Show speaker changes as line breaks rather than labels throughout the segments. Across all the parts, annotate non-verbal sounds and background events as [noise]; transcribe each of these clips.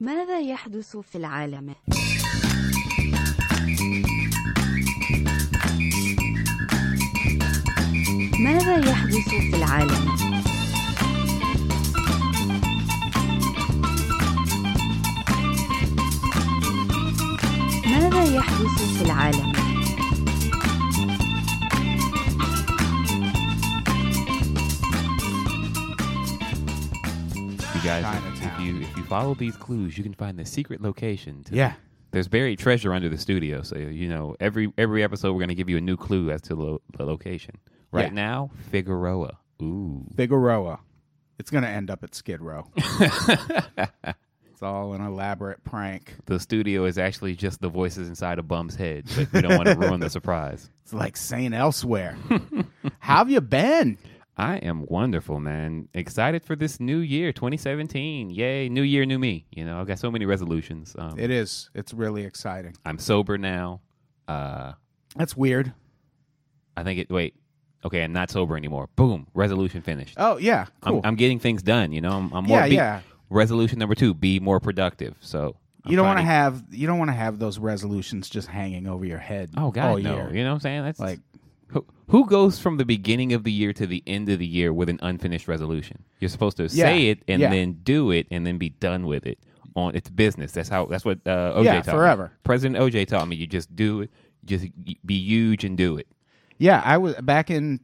ماذا يحدث في العالم؟ ماذا يحدث في العالم؟ ماذا يحدث في العالم؟
You guys, if- if
Chinatown.
you if you follow these clues, you can find the secret location. To
Yeah.
There's buried treasure under the studio, so you know every every episode we're gonna give you a new clue as to lo- the location. Right
Yeah.
now, Figueroa. Ooh,
Figueroa. It's going to end up at
[laughs]
Skid Row. it's all an elaborate prank.
the studio is actually just the voices inside a bum's head, but we don't
[laughs]
want to ruin the surprise.
It's like saying
[laughs]
elsewhere. How have you been?
I am wonderful, man. Excited for this new year, 2017. Yay, new year, new me. You know, I've got so many resolutions. Um,
It is. It's really exciting.
I'm sober now. Uh,
That's weird.
I think it. Wait. Okay, I'm not sober anymore. Boom. Resolution finished.
Oh, yeah. Cool.
I'm, I'm getting things done. You know, I'm, I'm more.
yeah,
be-
yeah.
Resolution number two: be more productive. So I'm
You don't
trying
want to have you don't want to have those resolutions just hanging over your head.
Oh God,
all
no.
year.
You know what I'm saying? That's
Like-
who, who goes from the beginning of the year to the end of the year with an unfinished resolution? You're supposed to
Yeah,
say it and
yeah.
then do it and then be done with it. On it's business. That's how. That's what uh, OJ
Yeah,
taught me.
forever.
President OJ taught me. You just do it. Just be huge and do it.
Yeah, I was back in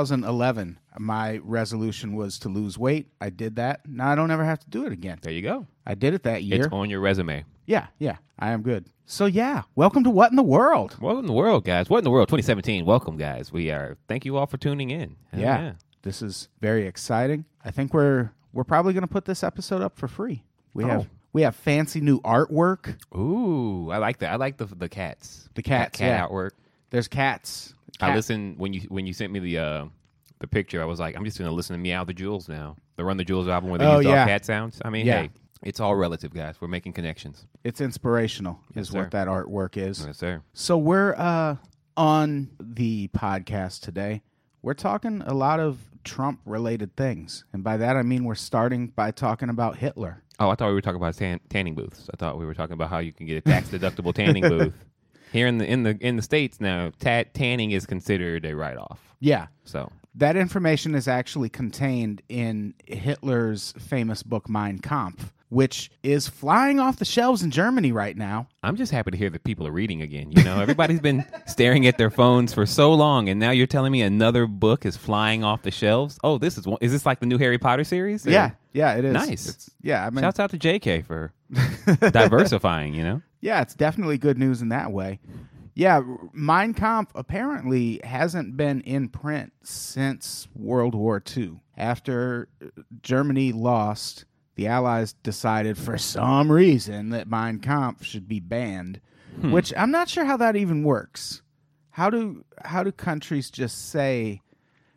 2011. My resolution was to lose weight. I did that. Now I don't ever have to do it again.
There you go.
I did it that year.
It's on your resume.
Yeah, yeah, I am good. So yeah, welcome to What in the World.
What in the world, guys? What in the world? 2017. Welcome, guys. We are. Thank you all for tuning in. Hell
Yeah, this is very exciting. I think we're we're probably going to put this episode up for free. We
Oh.
have we have fancy new artwork.
Ooh, I like that. I like the the cats.
The cats,
Cat,
yeah.
artwork.
There's cats.
I
Cat-
listened when you when you sent me the uh, the picture. I was like, I'm just gonna listen to Meow the Jewels now. The Run the Jewels album where they
Oh,
used all
yeah.
cat sounds. I mean,
Yeah.
hey, it's all relative, guys. We're making connections.
It's inspirational, is
Yes, sir.
what that artwork is.
Yes, sir.
So we're uh, on the podcast today. We're talking a lot of Trump-related things, and by that I mean we're starting by talking about Hitler.
Oh, I thought we were talking about tan- tanning booths. I thought we were talking about how you can get a tax deductible [laughs] tanning booth here in the in the in the states now. Ta- tanning is considered a write off.
Yeah,
So
that information is actually contained in Hitler's famous book Mein Kampf, which is flying off the shelves in Germany right now.
I'm just happy to hear that people are reading again. You know, everybody's been staring at their phones for so long, and now you're telling me another book is flying off the shelves. Oh, this is one. Is this like the new Harry Potter series? Or-
Yeah, yeah, it is
Nice.
It's- yeah, I mean,
Shouts out to JK
[laughs]
for diversifying. You know,
Yeah, it's definitely good news in that way. Yeah, R- Mein Kampf apparently hasn't been in print since World War II. After uh, Germany lost, the Allies decided for some reason that Mein Kampf should be banned, which I'm not sure how that even works. How do how do countries just say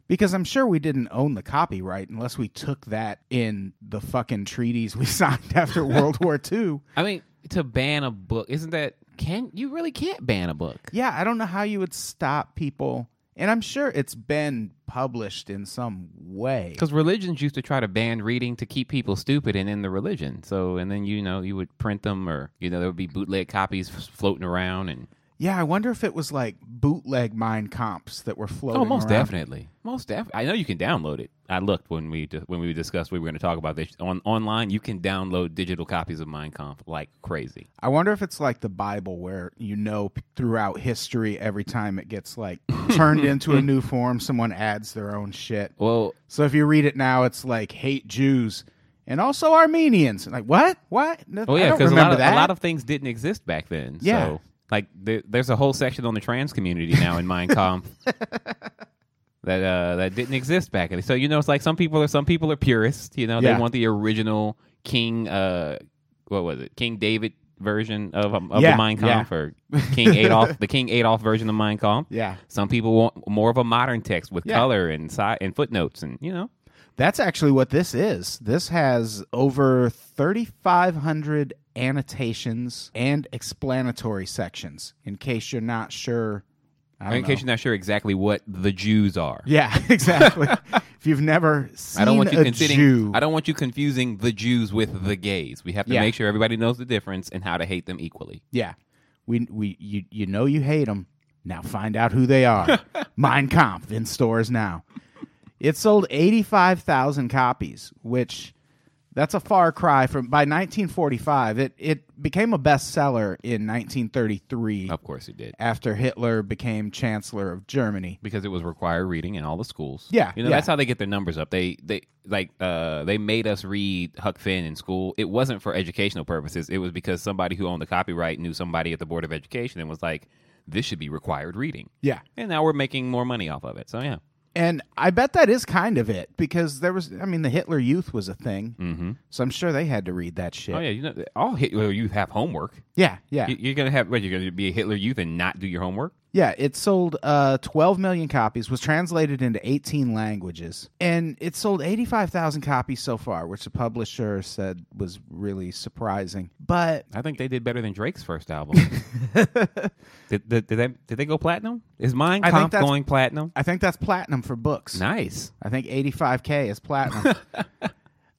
because I'm sure we didn't own the copyright unless we took that in the fucking treaties we [laughs] signed after World War II.
I mean, to ban a book isn't that can you really can't ban a book?
Yeah, I don't know how you would stop people. And I'm sure it's been published in some way.
Because religions used to try to ban reading to keep people stupid and in the religion. So, and then you know you would print them, or you know there would be bootleg copies f- floating around, and
Yeah, I wonder if it was like bootleg mind comps that were floating.
Oh, most
around.
definitely, most definitely. I know you can download it. I looked when we di- when we discussed we were going to talk about this on online. You can download digital copies of Mein Kampf like crazy.
I wonder if it's like the Bible where you know p- throughout history every time it
[laughs]
gets like turned into a new form, someone adds their own shit.
Well,
So if you read it now, it's like hate Jews and also Armenians. Like what? What? No,
oh
I
yeah,
don't
because a lot
remember
of
that.
a lot of things didn't exist back then.
Yeah.
So, like there, there's a whole section on the trans community now in Mein
[laughs]
Kampf that uh, that didn't exist back then. So you know, it's like some people are some people are purists. You know,
Yeah.
they want the original King. Uh, what was it? King David version of um, of
Yeah,
the Mein
yeah.
Kampf or King
[laughs]
Adolf, the King Adolf version of Mein Kampf.
yeah.
Some people want more of a modern text with
Yeah.
color and si- and footnotes, and you know,
That's actually what this is. This has over 3,500 annotations and explanatory sections in case you're not sure. I don't
in
know.
case you're not sure exactly what the Jews are.
yeah, [laughs] exactly. if If you've never seen
I don't want you
a
considering.
Jew,
I don't want you confusing the Jews with the gays. We have to
Yeah.
make sure everybody knows the difference and how to hate them equally.
Yeah. We we you you know you hate them. Now find out who
[laughs]
they are. Mein Kampf in stores now. It sold 85,000 copies, which that's a far cry from by 1945. It it became a bestseller in 1933
Of course, it did
after Hitler became chancellor of Germany.
because it was required reading in all the schools.
Yeah,
you know
yeah.
that's how they get their numbers up. They they like uh they made us read Huck Finn in school. It wasn't for educational purposes. It was because somebody who owned the copyright knew somebody at the board of education and was like, "This should be required reading."
Yeah.
And now we're making more money off of it. So yeah.
And I bet that is kind of it because there was I mean the Hitler Youth was a thing.
Mm-hmm.
So I'm sure they had to read that shit.
Oh yeah, you know, all hit, well, you have homework.
yeah, yeah.
You- You're gonna have what? You're gonna be a Hitler youth and not do your homework?
Yeah, it sold uh, 12 million copies, was translated into 18 languages, and it sold 85,000 copies so far, which the publisher said was really surprising. But
I think they did better than Drake's first album. did, did, did they did they go platinum? Is Mein
I think
Kampf
that's-
going platinum?
I think that's platinum for books.
Nice.
I think 85K is platinum.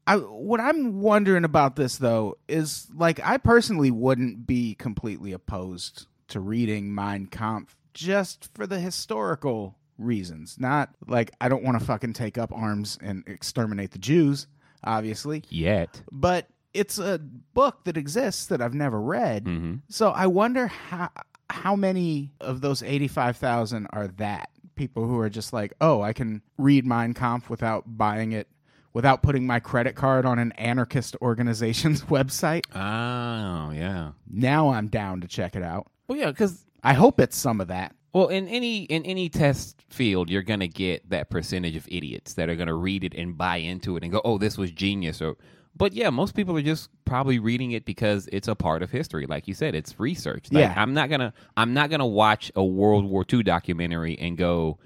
I, what I'm wondering about this, though, is like I personally wouldn't be completely opposed to reading Mein Kampf just for the historical reasons. Not like I don't want to fucking take up arms and exterminate the Jews, obviously,
Yet.
but it's a book that exists that I've never read.
hmm
So I wonder how how many of those eighty five thousand are that people who are just like, oh, I can read Mein Kampf without buying it, without putting my credit card on an anarchist organization's [laughs] website.
Oh yeah.
Now I'm down to check it out.
Well yeah, because
I hope it's some of that.
well in any in any test field you're gonna get that percentage of idiots that are gonna read it and buy into it and go, oh this was genius or. But yeah, most people are just probably reading it because it's a part of history. Like you said, it's research. Like,
Yeah.
I'm not gonna I'm not gonna watch a World War II documentary and go,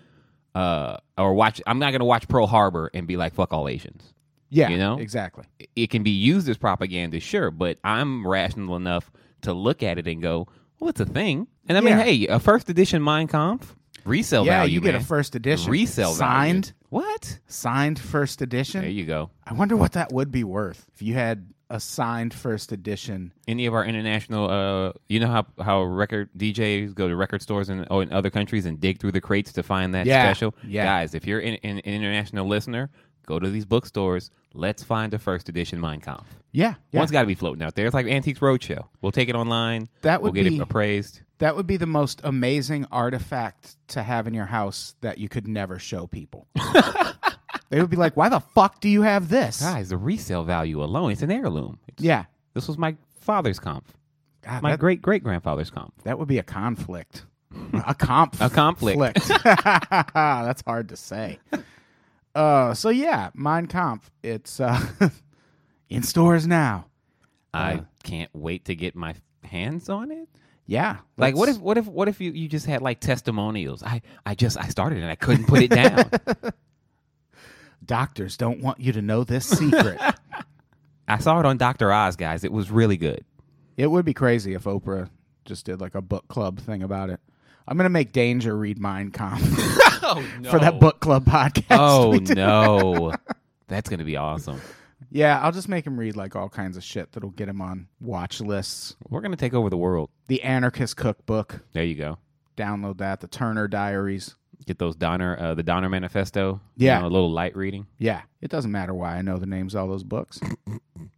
uh, or watch. I'm not gonna watch Pearl Harbor and be like, fuck all Asians.
Yeah,
You know?
exactly.
it can be used as propaganda, sure, but I'm rational enough to look at it and go, well, it's a thing. And I mean,
Yeah.
hey, a first edition Mein Kampf, resale
yeah,
value.
you get
man.
a first edition
resale value.
signed,
What?
signed first edition.
There you go.
I wonder what that would be worth if you had a signed first edition.
Any of our international, uh, you know how how record DJs go to record stores in, oh, in other countries and dig through the crates to find that
Yeah,
special?
yeah.
Guys, if you're in, in, an international listener, go to these bookstores. Let's find a first edition Mein Kampf.
Yeah, yeah.
One's got to be floating out there. It's like Antiques Roadshow. We'll take it online.
That would
we'll get
be-
it appraised.
That would be the most amazing artifact to have in your house that you could never show people.
[laughs]
they would be like, "Why the fuck do you have this?"
Guys, the resale value alone, it's an heirloom. It's-
Yeah,
This was my father's comp,
God,
my
that,
great great grandfather's comp.
that would be a conflict, a comp,
A conflict.
flict. [laughs] That's hard to say. Uh, so yeah, Mein Kampf. It's uh, [laughs] in stores now. Uh-huh.
I can't wait to get my hands on it.
Yeah,
Like what
let's-
if what if what if you, you just had like testimonials? I I just I started and I couldn't put it
[laughs]
down.
doctors don't want you to know this secret?
I saw it on Dr. Oz, guys. It was really good.
It would be crazy if Oprah just did like a book club thing about it. I'm gonna make Danger read Mein Kampf [laughs]
Oh no.
for that book [laughs] club podcast.
Oh
[laughs] we did.
no. That's going to be awesome.
yeah, I'll just make him read like all kinds of shit that'll get him on watch lists.
We're going to take over the world.
The Anarchist Cookbook,
There you go.
download that. The Turner Diaries.
Get those Donner uh, the Donner manifesto. you
Yeah.
know, a little light reading.
Yeah, it doesn't matter why I know the names of all those books.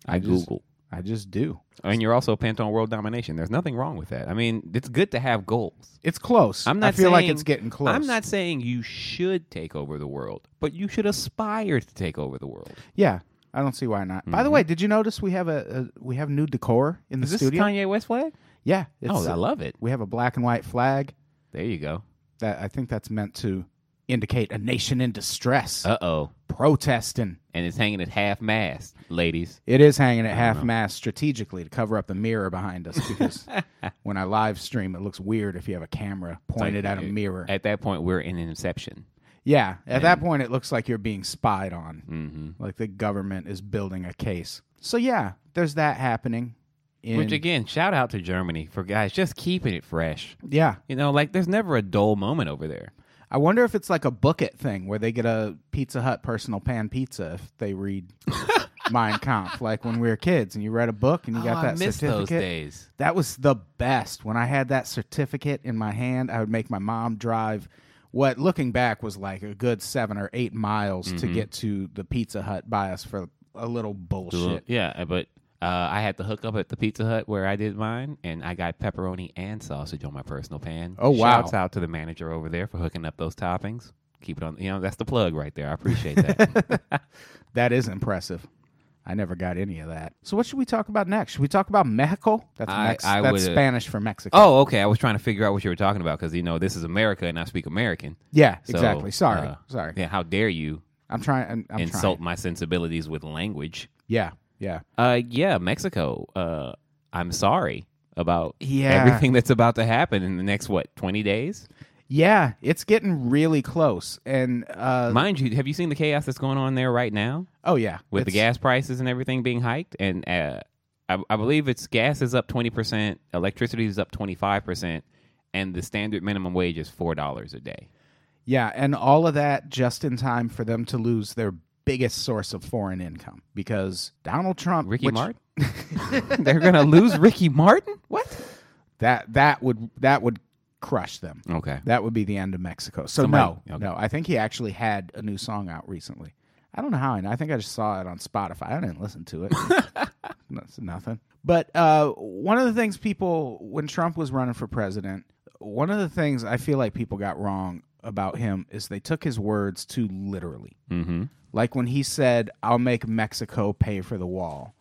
I
just-
Google.
I just do.
And you're also pent on world domination. There's nothing wrong with that. I mean, it's good to have goals.
It's close.
I'm not
I feel like
saying-
it's getting close.
I'm not saying you should take over the world, but you should aspire to take over the world.
Yeah, I don't see why not. By the way, did you notice we have a, a we have new decor in the
Mm-hmm. Is this
studio?
Kanye West flag?
Yeah, it's,
Oh, I love it.
we have a black and white flag.
There you go.
that I think that's meant to indicate a nation in distress,
Uh oh.
protesting.
And it's hanging at half mast, ladies.
It is hanging at half mast strategically to cover up the mirror behind us
[laughs]
because when I live stream, it looks weird if you have a camera pointed
like-
at a mirror.
At that point, we're in an inception.
yeah, at that point, it looks like you're being spied on,
Mm-hmm.
like the government is building a case. So yeah, there's that happening. In,
Which again, shout out to Germany for guys just keeping it fresh.
yeah,
You know, like there's never a dull moment over there.
I wonder if it's like a bucket thing where they get a Pizza Hut personal pan pizza if
[laughs]
they read Mein Kampf, like when we were kids and you read a book and you got
Oh,
that
I miss
certificate.
those days.
That was the best. When I had that certificate in my hand, I would make my mom drive what looking back was like a good 7 or 8 miles to
Mm-hmm.
get to the Pizza Hut by us for a little bullshit.
Yeah, but uh, I had to hook up at the Pizza Hut where I did mine, and I got pepperoni and sausage on my personal pan.
Oh, wow.
Shouts out to the manager over there for hooking up those toppings. Keep it on. You know, that's the plug right there. I appreciate
[laughs]
that. [laughs]
That is impressive. I never got any of that. So what should we talk about next? Should we talk about Mexico? That's
I-
Mex-
I
that's
would- uh,
Spanish for Mexico.
oh, okay. I was trying to figure out what you were talking about because you know this is America and I speak American.
yeah,
So,
exactly. Sorry,
uh,
sorry.
Yeah. How dare you
I'm trying. I'm, I'm
insult
Trying.
my sensibilities with language?
Yeah, yeah.
Uh, yeah, Mexico. Uh, I'm sorry about
Yeah.
everything that's about to happen in the next what 20 days.
Yeah, it's getting really close. And uh,
Mind you, have you seen the chaos that's going on there right now?
oh yeah,
with the
it's-
gas prices and everything being hiked, and uh, I, I believe it's gas is up twenty percent, electricity is up twenty five percent, and the standard minimum wage is four dollars a day.
Yeah, and all of that just in time for them to lose their biggest source of foreign income because Donald Trump,
Ricky
which- [laughs]
Martin, [laughs] they're gonna lose Ricky Martin. What?
that that would that would crush them.
Okay.
That would be the end of Mexico. So
Somebody-
no,
okay.
no. I think he actually had a new song out recently. I don't know how I know. I think I just saw it on Spotify. I didn't
[laughs]
listen to it. That's nothing. But uh, one of the things people, when Trump was running for president, one of the things I feel like people got wrong about him is they took his words too literally.
Mm-hmm.
Like when he said, "I'll make Mexico pay for the wall,"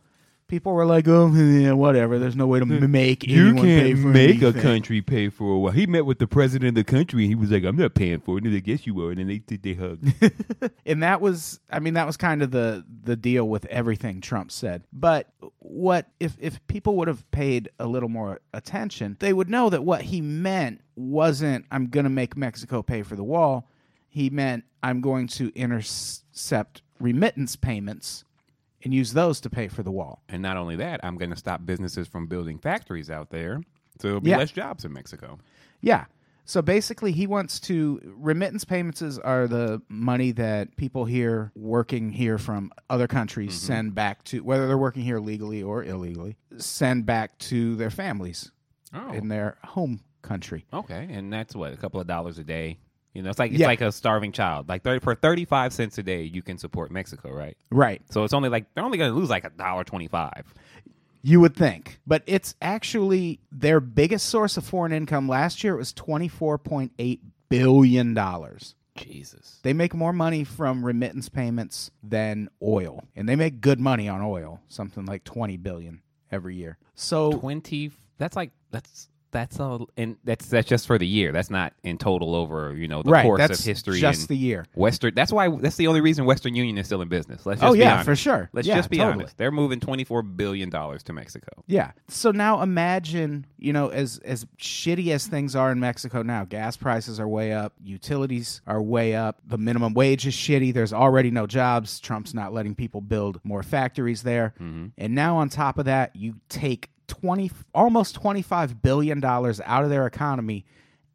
people were like, "Oh, yeah, whatever." There's no way to m- make anyone pay for anything.
country pay for a while. He met with the president of the country, and he was like, "I'm not paying for it." And I guess you were, and then they did they
[laughs]
hugged.
and that was i mean that was kind of the the deal with everything trump said but what if if people would have paid a little more attention they would know that what he meant wasn't i'm going to make mexico pay for the wall he meant i'm going to intercept remittance payments and use those to pay for the wall
and not only that, I'm going to stop businesses from building factories out there, so there'll be
Yeah.
less jobs in Mexico.
Yeah. So basically, he wants to remittance payments is- are the money that people here working here from other countries send back to whether they're working here legally or illegally send back to their families
Oh,
in their home country.
Okay, and that's what a couple of dollars a day. You know, it's like it's
Yeah.
like a starving child. Like 30, for thirty five cents a day, you can support Mexico, right?
Right.
So it's only like they're only going to lose like a dollar twenty five.
You would think, but it's actually their biggest source of foreign income last year. It was twenty four point eight billion dollars.
Jesus.
They make more money from remittance payments than oil, and they make good money on oil, something like 20 billion every year. So,
Twenty. That's like that's that's all, and that's that's just for the year. That's not in total over you know the
right,
course
that's
of history.
just
and
the year.
Western. That's why that's the only reason Western Union is still in business. Let's just
Oh
be
yeah,
honest.
for sure.
Let's
Yeah,
just be
totally.
honest. They're moving twenty four billion dollars to Mexico.
Yeah. So now imagine, you know, as as shitty as things are in Mexico now, gas prices are way up, utilities are way up, the minimum wage is shitty, there's already no jobs, Trump's not letting people build more factories there. And now on top of that, you take 20 almost 25 billion dollars out of their economy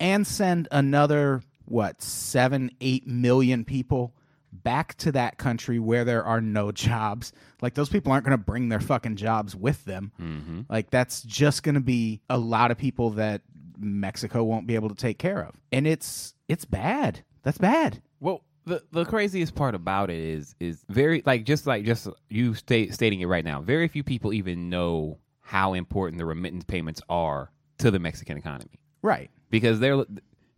and send another what, 7 8 million people back to that country where there are no [laughs] jobs. Like those people aren't going to bring their fucking jobs with them. Like that's just going to be a lot of people that Mexico won't be able to take care of. And it's it's bad. That's bad.
Well, the the craziest part about it is is very like just like just you sta- stating it right now. Very few people even know how important the remittance payments are to the Mexican economy
Right.
because they're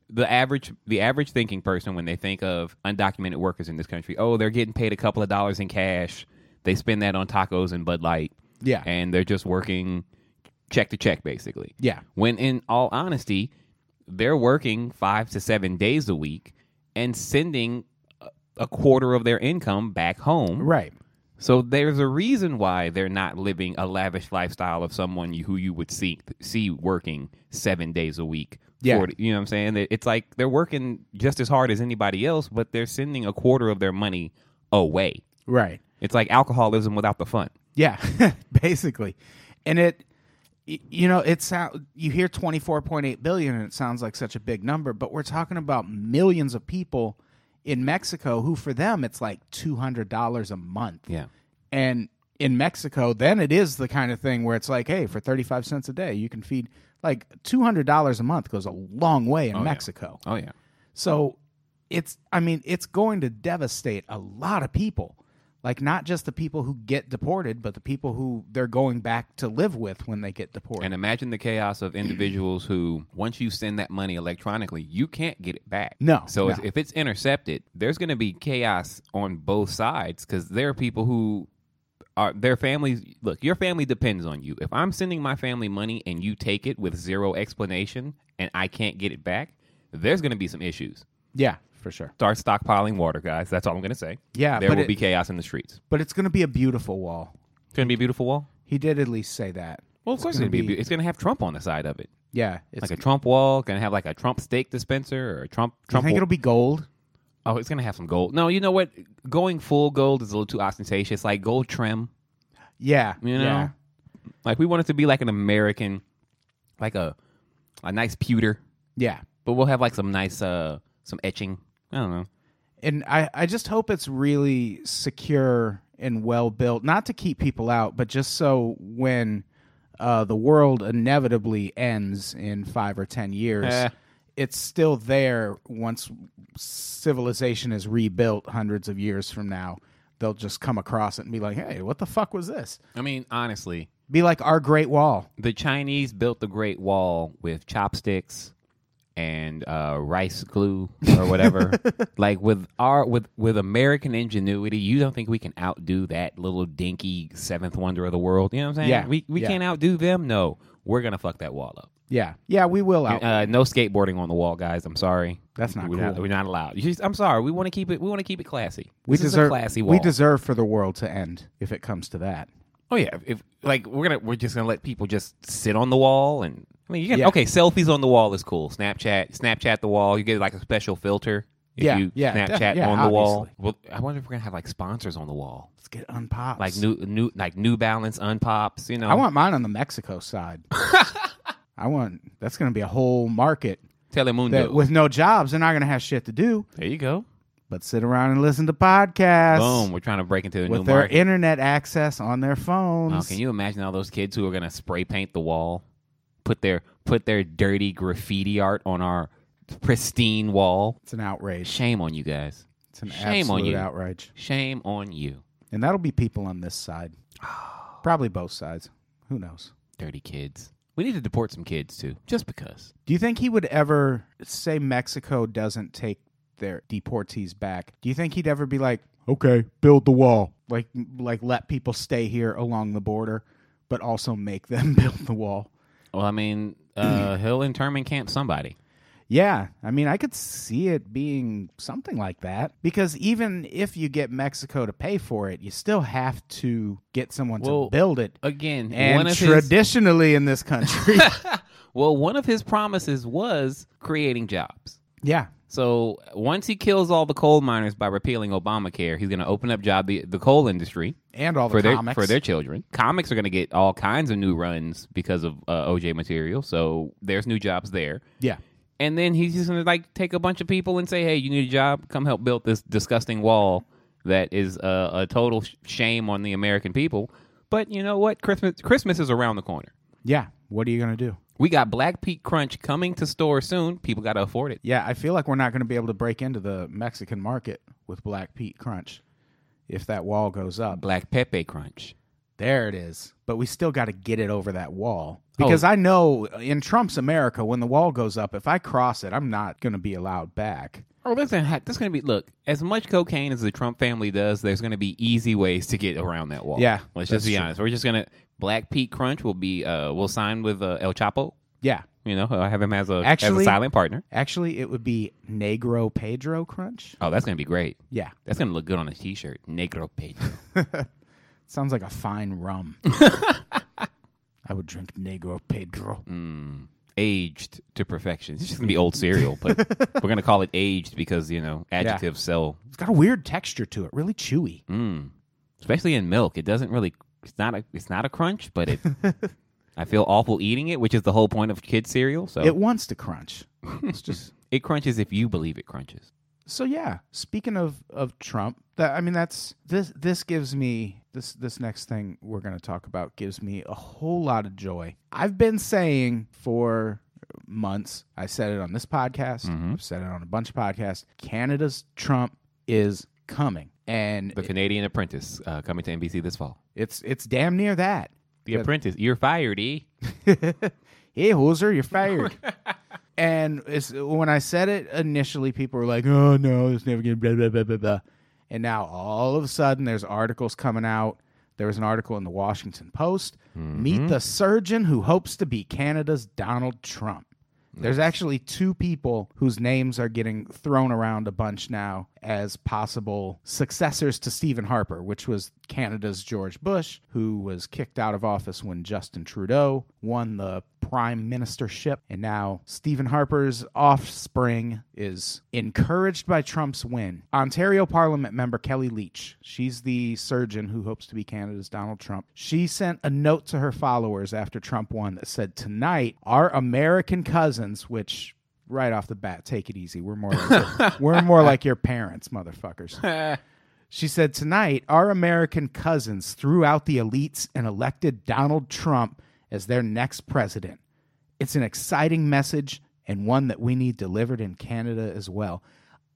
the average the average thinking person when they think of undocumented workers in this country. Oh, they're getting paid a couple of dollars in cash. They spend that on tacos and Bud Light,
Yeah.
and they're just working check to check basically.
yeah.
When in all honesty, they're working five to seven days a week and sending a- a quarter of their income back home.
Right.
So there's a reason why they're not living a lavish lifestyle of someone you, who you would see see working seven days a week.
Yeah.
Forty- you know what I'm saying? It- It's like they're working just as hard as anybody else, but they're sending a quarter of their money away.
Right. [laughs]
It's like alcoholism without the fun.
Yeah. Basically. And it y- you know it sound you hear 24.8 billion and it sounds like such a big number but we're talking about millions of people in mexico who for them it's like $200 a month
Yeah.
and in mexico then it is the kind of thing where it's like hey for 35 cents a day you can feed like $200 a month goes a long way in mexico
Oh yeah.
so it's I mean, it's going to devastate a lot of people. Like not just the people who get deported, but the people who they're going back to live with when they get deported.
And imagine the chaos of individuals who, once you send that money electronically, you can't get it back.
No,
So if-
no.
if it's intercepted, there's going to be chaos on both sides because there are people who are their families. Look, your family depends on you. If I'm sending my family money and you take it with zero explanation and I can't get it back, there's going to be some issues.
yeah, for sure.
Start stockpiling water, guys. That's all I'm going to say.
Yeah,
There
but
will
it-
be chaos in the streets.
But it's gonna be a beautiful wall.
It's going to be a beautiful wall.
He did at least say that.
Well, of course it's going to
gonna
be. a
be-
beau- It's going to have Trump on the side of it.
Yeah. It's
like a Trump wall, gonna have like a Trump steak dispenser or a Trump
you
Trump.
think it'll be gold?
oh, it's gonna have some gold. No, you know what? Going full gold is a little too ostentatious. Like gold trim,
Yeah.
you know.
yeah.
Like we want it to be like an American, like a a nice pewter,
Yeah.
but we'll have like some nice uh some etching. I don't know.
and I, I just hope it's really secure and well built, not to keep people out, but just so when uh, the world inevitably ends in five or ten years,
Eh.
it's still there once civilization is rebuilt hundreds of years from now. They'll just come across it and be like, hey, what the fuck was this?
I mean, honestly,
Be like our Great Wall.
the Chinese built the Great Wall with chopsticks and uh, rice glue or
[laughs]
whatever. like with our with with American ingenuity, you don't think we can outdo that little dinky seventh wonder of the world? You know what I'm saying?
Yeah,
we we
yeah.
can't outdo them. No, we're gonna fuck that wall up.
Yeah. Yeah, we will out.
Uh, no skateboarding on the wall, guys. I'm sorry.
Oh. That's not
we're Not,
cool.
we're not allowed. You just- I'm sorry. We want to keep it. We want to keep it classy.
we
This is a
deserve
classy wall.
we deserve for the world to end if it comes to that.
Oh yeah, if like we're gonna we're just gonna let people just sit on the wall and I mean you can
Yeah.
okay selfies on the wall is cool. Snapchat, Snapchat the wall. You get like a special filter if
Yeah,
you
yeah,
Snapchat
def- yeah,
on the wall. Well, I wonder if we're gonna have like sponsors on the wall,
Let's get unpopped.
like new new like New Balance, Unpops. You know,
I want mine on the
[laughs]
Mexico side. I want that's going to be a whole market that
Telemundo.
with no jobs, they're not going to have shit to do
there you go.
but sit around and listen to podcasts
Boom. We're trying to break into a new
with their
market.
internet access on their
Oh,
phones.
can you imagine all those kids who are gonna spray paint the wall, put their put their dirty graffiti art on our pristine wall?
It's an outrage.
Shame on you guys.
It's an
Shame on
absolute
you.
outrage.
Shame on you.
And that'll be people on
[sighs]
this side. Probably both sides. Who knows?
Dirty kids. We need to deport some kids too, just because.
Do you think he would ever say Mexico doesn't take their deportees back? Do you think he'd ever be like, "Okay, build the wall." Like like let people stay here along the border, but also make them [laughs] build the wall.
Well, I mean,
[clears throat]
uh, he'll internment camp somebody.
Yeah, I mean, I could see it being something like that because even if you get Mexico to pay for it, you still have to get someone
Well,
to build it.
Again, one
And
of his
traditionally in
[laughs]
this country,
well, one of his promises was creating jobs.
yeah,
So once he kills all the coal miners by repealing Obamacare, he's going to open up job the, the coal industry
and all the
for their
comics
for their children. Comics are going to get all kinds of new runs because of uh, OJ material. So there's new jobs there.
yeah,
and then he's just gonna like take a bunch of people and say, "Hey, you need a job? Come help build this disgusting wall that is a, a total sh- shame on the American people." But you know what? Christmas Christmas is around the corner.
yeah. What are you gonna do?
We got Black Peak Crunch coming to store soon. People got to afford it.
Yeah, I feel like we're not going to be able to break into the Mexican market with Black Pete Crunch if that wall goes up.
Black Pepe Crunch.
There it is. But we still got to get it over that wall. Because I know in Trump's America, when the wall goes up, if I cross it, I'm not going to be allowed back.
Oh, that's gonna ha- that's gonna be look as much cocaine as the Trump family does. There's gonna be easy ways to get around that wall.
Yeah,
let's
that's
just be
true.
honest. We're just gonna Black Peak Crunch will be uh will sign with uh, El Chapo.
Yeah.
You know, I have him as a as a
Actually-
silent partner.
Actually, it would be Negro Pedro Crunch.
Oh, that's gonna be great.
Yeah.
That's gonna look good on a t-shirt. Negro Pedro.
Sounds like a fine rum. I would drink Negro Pedro.
aged to perfection. It's just gonna be old cereal, but we're gonna call it aged because you know adjectives mm. sell,
It's got a weird texture to it, really chewy.
especially in milk. It doesn't really. It's not a. It's not a crunch, but it I feel awful eating it, which is the whole point of kid cereal. So
It wants to crunch. It's just
it crunches if you believe it crunches.
so yeah. Speaking of of Trump, that I mean that's this this gives me this this next thing we're going to talk about gives me a whole lot of joy. I've been saying for months. I said it on this podcast.
Mm-hmm.
I've said it on a bunch of podcasts. Canada's Trump is coming, and
The Canadian Apprentice uh, coming to NBC this fall.
it's it's damn near that.
The Apprentice, you're fired, e.
hey hoser you're fired and it's, when i said it initially people were like oh no it's never gonna blah blah blah blah blah and now all of a sudden there's articles coming out there was an article in the washington post meet the surgeon who hopes to be canada's donald trump there's actually two people whose names are getting thrown around a bunch now as possible successors to Stephen Harper, which was Canada's George Bush, who was kicked out of office when Justin Trudeau won the prime ministership. And now Stephen Harper's offspring is encouraged by Trump's win. Ontario Parliament member Kelly Leach, she's the surgeon who hopes to be Canada's Donald Trump. She sent a note to her followers after Trump won that said, Tonight, our American cousins, which right off the bat, take it easy. We're more
[laughs]
like your, we're more like your parents, motherfuckers. She said, Tonight, our American cousins threw out the elites and elected Donald Trump as their next president. It's an exciting message and one that we need delivered in Canada as well.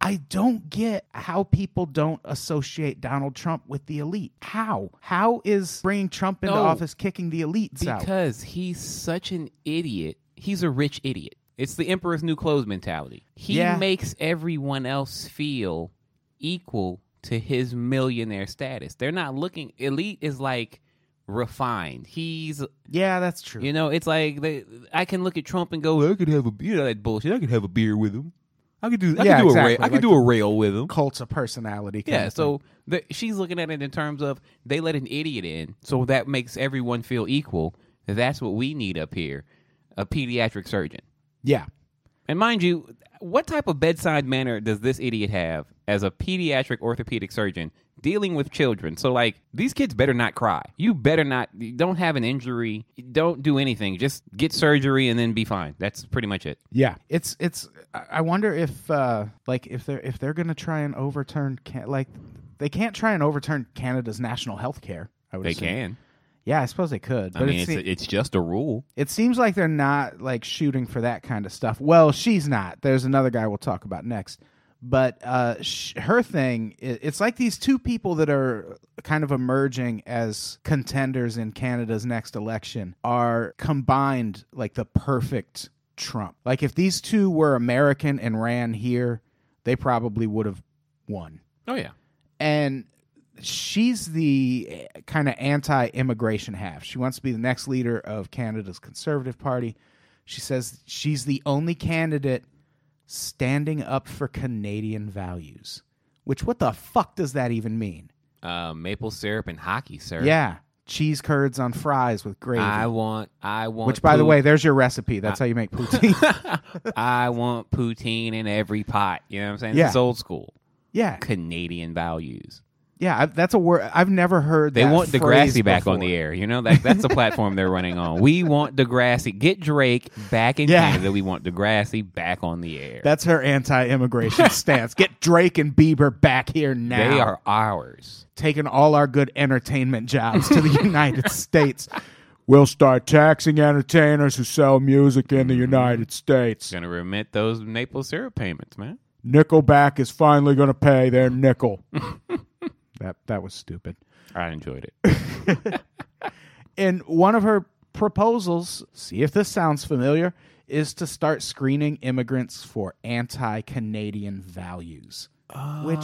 I don't get how people don't associate Donald Trump with the elite. How? How is bringing Trump into
No.
office kicking the elites out?
Because he's such an idiot. He's a rich idiot. It's the emperor's new clothes mentality. He
Yeah.
makes everyone else feel equal to his millionaire status. They're not looking elite is like refined. He's
Yeah, that's true.
you know, it's like they, I can look at Trump and go, I could have a you know that bullshit. I could have a beer with him. I could do I
Yeah,
could do
exactly.
a ra- I could
Like
do a rail with him.
Cults of personality. kind
Yeah,
of
so the, she's looking at it in terms of they let an idiot in, so that makes everyone feel equal. That's what we need up here a pediatric surgeon.
thing. yeah.
And mind you, what type of bedside manner does this idiot have as a pediatric orthopedic surgeon dealing with children? So, like, these kids better not cry. You better not, don't have an injury, don't do anything. Just get surgery and then be fine. That's pretty much it.
Yeah, it's it's. I I wonder if uh like if they're if they're gonna try and overturn can like they can't try and overturn Canada's national health care. I would
They
assume.
can.
Yeah, I suppose they could. But
I mean,
it,
it's,
se-
it's just a rule.
it seems like they're not like shooting for that kind of stuff. Well, she's not. There's another guy we'll talk about next. But uh, sh- her thing, i it's like these two people that are kind of emerging as contenders in Canada's next election are combined like the perfect Trump. Like if these two were American and ran here, they probably would have won
Oh, yeah.
and she's the kind of anti-immigration half. She wants to be the next leader of Canada's Conservative Party. She says she's the only candidate standing up for Canadian values. Which what the fuck does that even mean?
Uh, maple syrup and hockey, sir.
Yeah, cheese curds on fries with gravy.
I want, I want.
which by the
pout-
way, there's your recipe. That's how you make poutine.
[laughs] I want poutine in every pot. You know what I'm saying?
Yeah.
It's old school
yeah.
Canadian values.
Yeah, I, that's a word I've never heard
They
that
want
phrase
Degrassi back on
before.
the air. You know, that, that's the platform they're running on.
[laughs]
We want Degrassi. Get Drake back in
Yeah.
Canada. We want Degrassi back on the air.
That's her
[laughs]
anti-immigration stance. Get Drake and Bieber back here now.
they are ours.
taking all our good entertainment jobs to the [laughs] United States. We'll start taxing entertainers who sell music in the United States.
Gonna remit those maple syrup payments, man.
Nickelback is finally going to pay their nickel. [laughs] that that was stupid.
I enjoyed it.
And one of her proposals, see if this sounds familiar, is to start screening immigrants for anti-Canadian values. [laughs] Which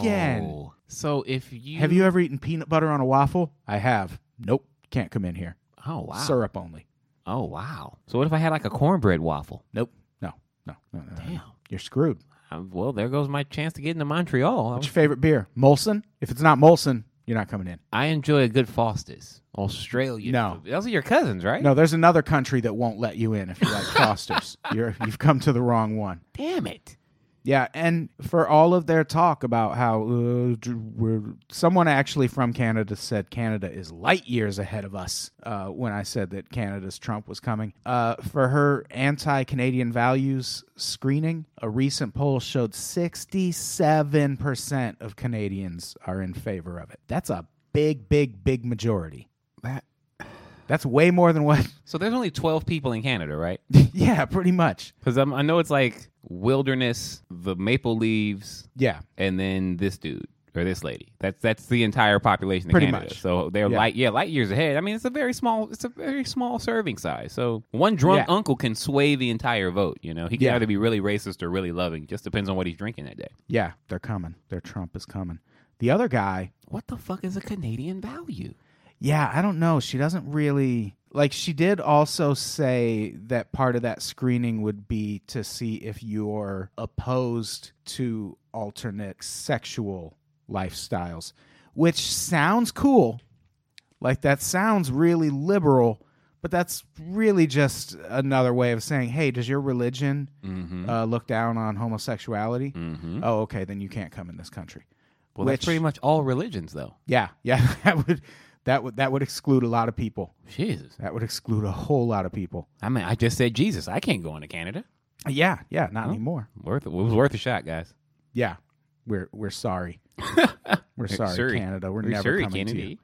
again,
Oh. So if you
have you ever eaten peanut butter on a waffle? I have. Nope, can't come in here.
Oh wow.
Syrup only.
Oh wow. So what if I had like a cornbread waffle?
Nope. No. No. no, no, no.
Damn.
You're screwed.
Um, well, there goes my chance to get into Montreal. I
What's your favorite beer? Molson? If it's not Molson, you're not coming in.
I enjoy a good Foster's. Australian.
No.
food. Those are your cousins, right?
No, there's another country that won't let you in if you like Foster's. You're, you've come to the wrong one.
Damn it.
Yeah, and for all of their talk about how uh, d- we're, someone actually from Canada said Canada is light years ahead of us uh, when I said that Canada's Trump was coming. Uh, for her anti Canadian values screening, a recent poll showed 67% of Canadians are in favor of it. That's a big, big, big majority.
That-
That's way more than what. [laughs]
So there's only 12 people in Canada, right?
yeah, pretty much.
Because I know it's like wilderness, the maple leaves,
Yeah.
and then this dude or this lady. That's that's the entire population of
Pretty
Canada.
much.
So they're
Yeah.
light yeah light years ahead. I mean, it's a very small it's a very small serving size. So one drunk
Yeah.
uncle can sway the entire vote. You know, he can
Yeah.
either be really racist or really loving. Just depends on what he's drinking that day.
Yeah, they're coming. Their Trump is coming. The other guy,
What the fuck is a Canadian value?
yeah, I don't know. She doesn't really like she did also say that part of that screening would be to see if you're opposed to alternate sexual lifestyles, which sounds cool. Like that sounds really liberal, but that's really just another way of saying, "Hey, does your religion
Mm-hmm.
uh, look down on homosexuality?"
mm-hmm.
Oh, okay, then you can't come in this country.
Well,
Which-
that's pretty much all religions, though.
Yeah, [laughs] yeah, that would that would that would exclude a lot of people.
Jesus,
That would exclude a whole lot of people.
I mean, I just said Jesus. I can't go into Canada.
Yeah, yeah, not
Huh?
anymore.
Worth it. was worth a shot, guys.
Yeah, we're we're [laughs] sorry. We're sorry,
Sorry.
Canada. We're,
We're
never
sorry,
coming to you.
Kennedy.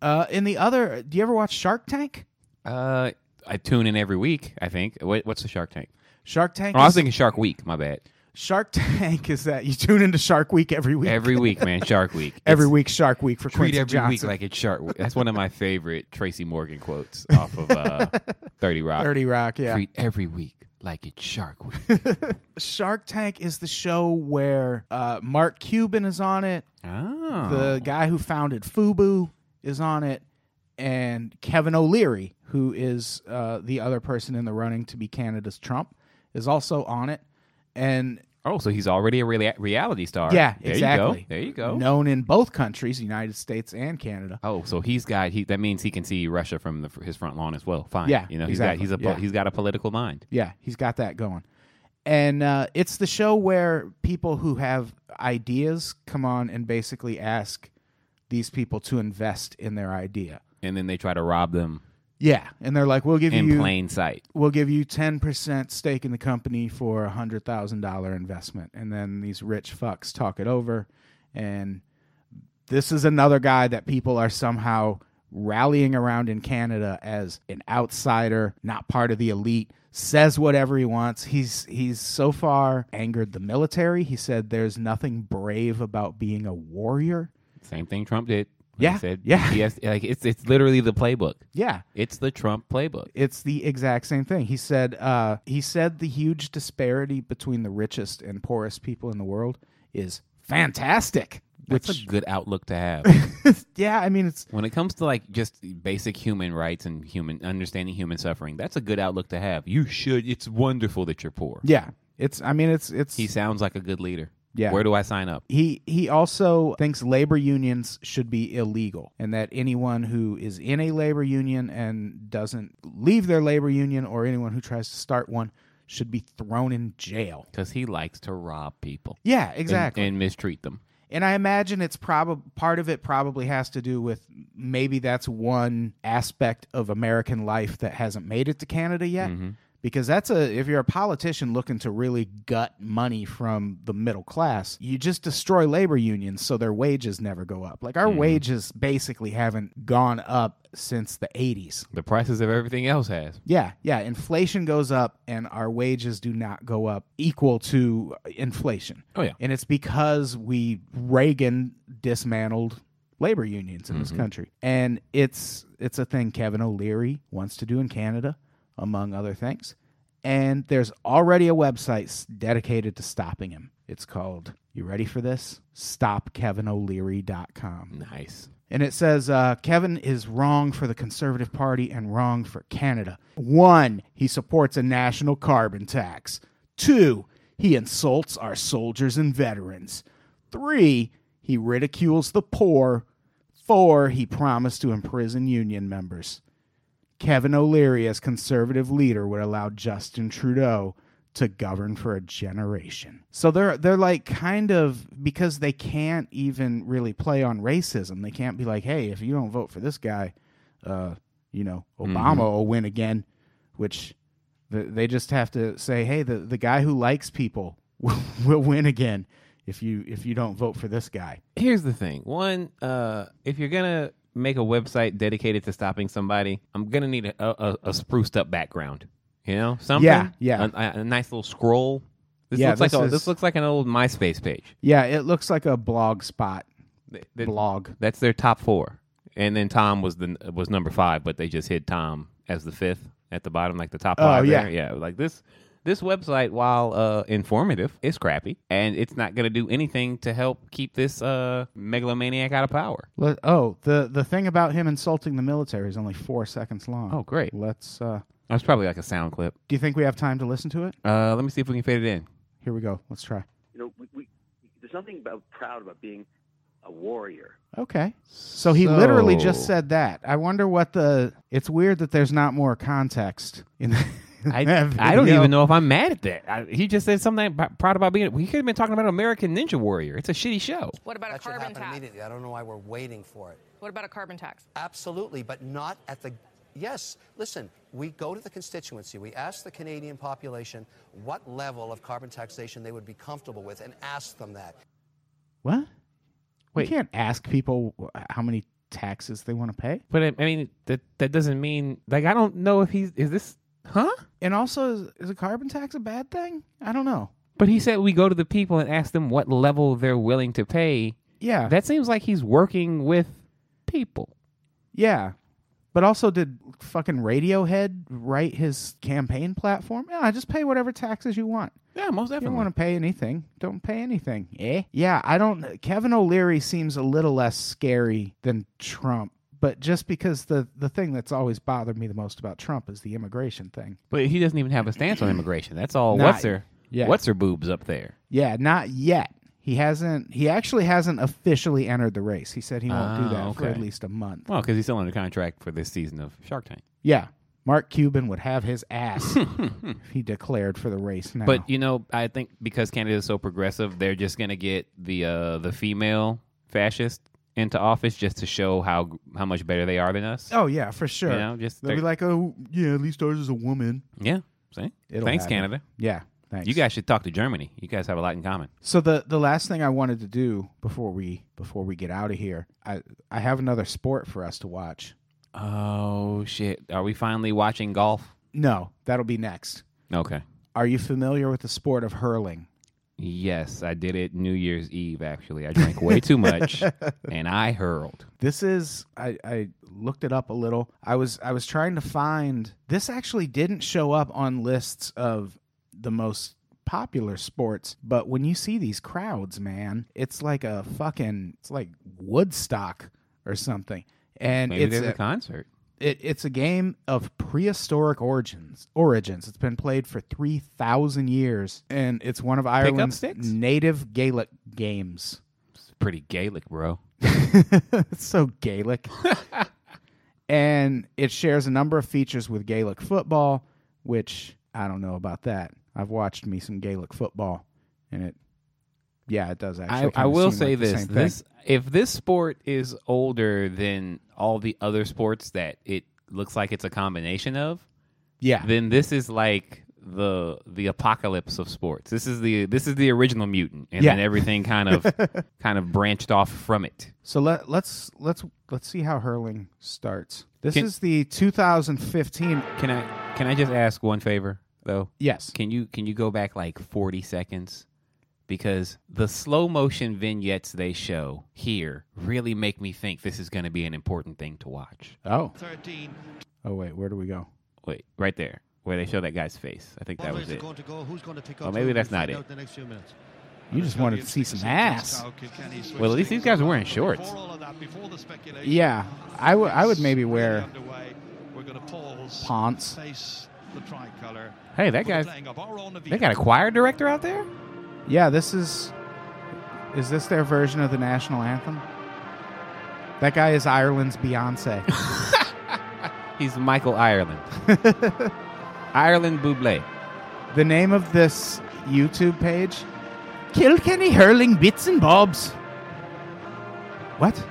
Uh, in the other, do you ever watch Shark Tank?
Uh, I tune in every week. I think. What, what's the Shark Tank?
Shark Tank.
Oh, I was
is,
thinking Shark Week. My bad.
Shark [laughs] Tank is that you tune into Shark Week every week.
Every week, man. Shark Week.
[laughs] Every
It's-
week, Shark Week for
Treat
Quincy
every
Johnson.
week like it's Shark Week. That's one of my favorite Tracy Morgan
[laughs]
quotes off of uh, Thirty Rock.
Thirty Rock. Yeah,
Treat every week like it's Shark
[laughs]
Week.
Shark Tank is the show where uh, Mark Cuban is on it.
oh,
the guy who founded Fubu is on it, and Kevin O'Leary, who is uh, the other person in the running to be Canada's Trump, is also on it. And
oh, so he's already a rea- reality star.
yeah,
there
exactly.
You go. There you go.
Known in both countries, United States and Canada.
Oh, so he's got he. That means he can see Russia from the, his front lawn as well. Fine.
Yeah,
you know he's
exactly.
got he's a po-
Yeah.
he's got a political mind.
Yeah, he's got that going. And uh, it's the show where people who have ideas come on and basically ask these people to invest in their idea.
and then they try to rob them
Yeah, and they're like, "We'll give
in
you
plain sight.
we'll give you 10% stake in the company for a $100,000 investment. And then these rich fucks talk it over. And this is another guy that people are somehow rallying around in Canada as an outsider, not part of the elite, says whatever he wants. He's he's so far angered the military. He said there's nothing brave about being a warrior.
Same thing Trump did. He
Yeah,
said,
yeah.
Yes, like it's it's literally the playbook.
Yeah.
It's the Trump playbook.
it's the exact same thing. He said uh, he said the huge disparity between the richest and poorest people in the world is fantastic.
That's
Which
a good outlook to
[laughs]
have.
yeah, I mean it's
when it comes to like just basic human rights and human understanding human suffering, that's a good outlook to have. You should. It's wonderful that you're poor.
yeah, it's I mean it's it's
He sounds like a good leader.
Yeah.
Where do I sign up?
he he also thinks labor unions should be illegal and that anyone who is in a labor union and doesn't leave their labor union or anyone who tries to start one should be thrown in jail.
Because he likes to rob people.
Yeah,
and-
exactly.
and mistreat them.
And I imagine it's probably part of it probably has to do with maybe that's one aspect of American life that hasn't made it to Canada yet. Because that's a if you're a politician looking to really gut money from the middle class, you just destroy labor unions so their wages never go up. Like our wages basically haven't gone up since the 80s.
The prices of everything else has.
Yeah, yeah, inflation goes up and our wages do not go up equal to inflation.
Oh yeah.
And it's because we Reagan dismantled labor unions in this country. And it's it's a thing Kevin O'Leary wants to do in Canada among other things. And there's already a website s- dedicated to stopping him. It's called You ready for this? stopkevinoleary.com.
Nice.
And it says uh, Kevin is wrong for the Conservative Party and wrong for Canada. One, he supports a national carbon tax. Two, he insults our soldiers and veterans. Three, he ridicules the poor. Four, he promised to imprison union members. Kevin O'Leary, as conservative leader, would allow Justin Trudeau to govern for a generation. So they're they're like kind of because they can't even really play on racism. They can't be like, "Hey, if you don't vote for this guy, uh, you know, Obama will win again," which th- they just have to say, "Hey, the the guy who likes people [laughs] will, will win again if you if you don't vote for this guy."
Here's the thing. One, uh, if you're gonna make a website dedicated to stopping somebody, I'm gonna need a, a, a spruced up background. You know, something.
Yeah, yeah.
A, a- a nice little scroll. This
Yeah,
looks like
this
a,
is-
this looks like an old MySpace page.
Yeah, it looks like a blog spot.
Th- th-
blog.
That's their top four, and then Tom was the was number five, but they just hid Tom as the fifth at the bottom, like the top
Oh,
five.
yeah.
there. yeah. Like this this website, while uh, informative, is crappy, and it's not going to do anything to help keep this uh, megalomaniac out of power.
Let, oh, the the thing about him insulting the military is only four seconds long.
Oh, great!
Let's. Uh,
That's probably like a sound clip.
do you think we have time to listen to it?
Uh, let me see if we can fit it in.
Here we go. Let's try.
You know, we, we, there's something about proud about being a warrior.
Okay. So he literally just
So-
said that. I wonder what the. It's weird that there's not more context in. The, in
I,
that
I don't
video.
even know if I'm mad at that. I, he just said something about, proud about being. He could have been talking about American Ninja Warrior. It's a shitty show.
What about a
That should
carbon
happen
tax?
immediately. I don't know why we're waiting for it.
What about a carbon tax?
Absolutely, but not at the. Yes, listen, we go to the constituency. We ask the Canadian population what level of carbon taxation they would be comfortable with and ask them that.
What? We
Wait.
can't ask people wh- how many taxes they want to pay.
But I, I mean, that that doesn't mean like I don't know if he's is this, huh?
And also, is, is a carbon tax a bad thing? I don't know.
But he said we go to the people and ask them what level they're willing to pay.
Yeah.
That seems like he's working with people.
Yeah. But also, did fucking Radiohead write his campaign platform? Yeah, just pay whatever taxes you want.
Yeah, most
If you
definitely.
don't want to pay anything, don't pay anything. Eh? Yeah, I don't. Kevin O'Leary seems a little less scary than Trump, but just because the the thing that's always bothered me the most about Trump is the immigration thing.
but he doesn't even have a stance on immigration. That's all.
Not-
what's her?
yeah.
What's her boobs up there?
Yeah, not yet. He hasn't. He actually hasn't officially entered the race. He said he won't do
Ah,
that for
okay.
at least a month.
Well, because he's still under contract for this season of Shark Tank.
Yeah, Mark Cuban would have his
[laughs]
ass if he declared for the race now.
But you know, I think because Canada is so progressive, they're just gonna get the uh, the female fascist into office just to show how how much better they are than us.
oh yeah, for sure.
You know, just
They'll be
they're-
like, oh yeah, at least ours is a woman.
yeah. See?
It'll
Thanks,
happen.
Canada.
Yeah, thanks.
You guys should talk to Germany. You guys have a lot in common.
So the the last thing I wanted to do before we before we get out of here, I I have another sport for us to watch.
Oh shit! Are we finally watching golf?
No, that'll be next.
Okay.
Are you familiar with the sport of hurling?
Yes, I did it New Year's Eve. Actually, I drank way too [laughs] much, and I hurled.
This is I, I looked it up a little. I was I was trying to find this actually didn't show up on lists of the most popular sports, but when you see these crowds, man, it's like a fucking it's like Woodstock or something. And
Maybe
it's
there's a
a-
concert.
It, it's a game of prehistoric origins. Origins. It's been played for three thousand years, and it's one of Ireland's
sticks?
native Gaelic games.
It's pretty Gaelic, bro.
it's [laughs] so Gaelic, and it shares a number of features with Gaelic football, which I don't know about that. I've watched me some Gaelic football, and it, yeah, it does actually.
I, I
kinda
will
seem
say
like the
this:
same thing.
this if this sport is older than all the other sports that it looks like it's a combination of,
yeah,
then this is like the the apocalypse of sports. This is the this is the original mutant, and
Yeah.
then everything kind
[laughs]
of kind of branched off from it.
So let let's let's let's see how hurling starts. This
Can-
is the 2015.
Can I can I just ask one favor though?
Yes.
Can you can you go back like 40 seconds? Because the slow motion vignettes they show here really make me think this is going to be an important thing to watch.
Oh. Oh wait, where do we go?
Wait, right there where they show that guy's face. I think that was it.
Going to go? Who's going to pick
Oh,
up
maybe
who?
that's
We'll
not
find
it.
out in the next few minutes.
You just wanted to see some ass.
Well, at least these guys are wearing shorts.
Before all of that, before the speculation,
Yeah, I would I would maybe
really
wear
underway, we're going to pause,
pants.
face the tricolour.
Hey, that
We're
guy's
playing up our own
they got a choir director out there?
Yeah, this is is this their version of the national anthem? That guy is Ireland's Beyonce.
[laughs] He's Michael Ireland. Ireland Buble.
The name of this YouTube page Kilkenny Hurling Bits and Bobs. What?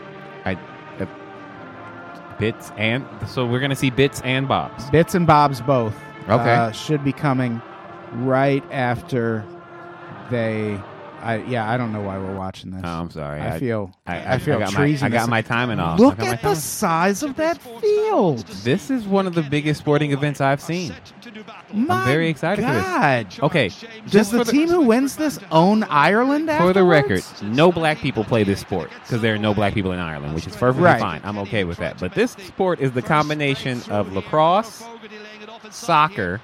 I, uh, bits and so we're gonna see bits and bobs.
Bits and Bobs both.
Okay.
Uh, should be coming right after they. I, yeah, I don't know why we're watching this.
Oh, I'm sorry.
I feel- I feel
got
treason
My, I got
is-
my timing off. I
Look
got my
at the
timing-
size of that field.
This is one of the biggest sporting events I've seen.
My
very excited for this.
God.
Okay,
Does
just
the
for the-
team who wins this own Ireland?
For the record,
afterwards?
no black people play this sport because there are no black people in Ireland, which is perfectly
Right.
fine. I'm okay with that. But this sport is the combination of lacrosse, soccer,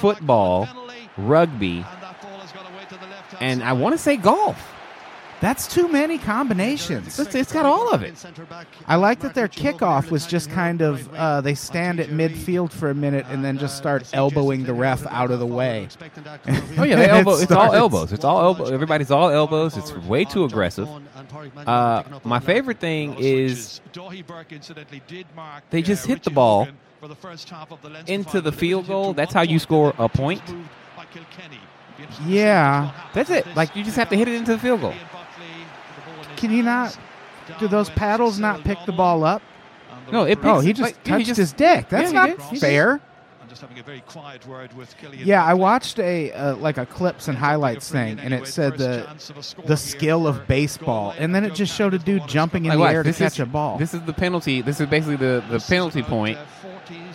football, rugby, and I want to say golf.
that's too many combinations.
It's- it's got all of it.
I like that their kickoff was just kind of uh, they stand at midfield for a minute and then just
Uh,
start elbowing the ref out of the way.
Oh yeah,
It
[laughs]
they elbow. It's all
starts-
elbows. It's all elbow. Everybody's all elbows. It's way too aggressive. Uh, my favorite thing is
they just hit the ball
into the field goal. That's how you score a point.
Yeah.
That's it. Like you just have to hit it into the field goal.
Can you not? Do those paddles not pick the ball up?
No, it.
Oh, he
picks-
just
like,
touched his dick. That's
Yeah, he
not
did. He did.
fair.
I'm just having a very quiet word with Killian.
Yeah, I watched a uh, like a clips and highlights thing, and it said the the skill of baseball, and then it just showed a dude jumping in
Like,
the
watch,
air to
this
catch
is-
a ball.
This is the penalty. This is basically the, the penalty
uh,
point.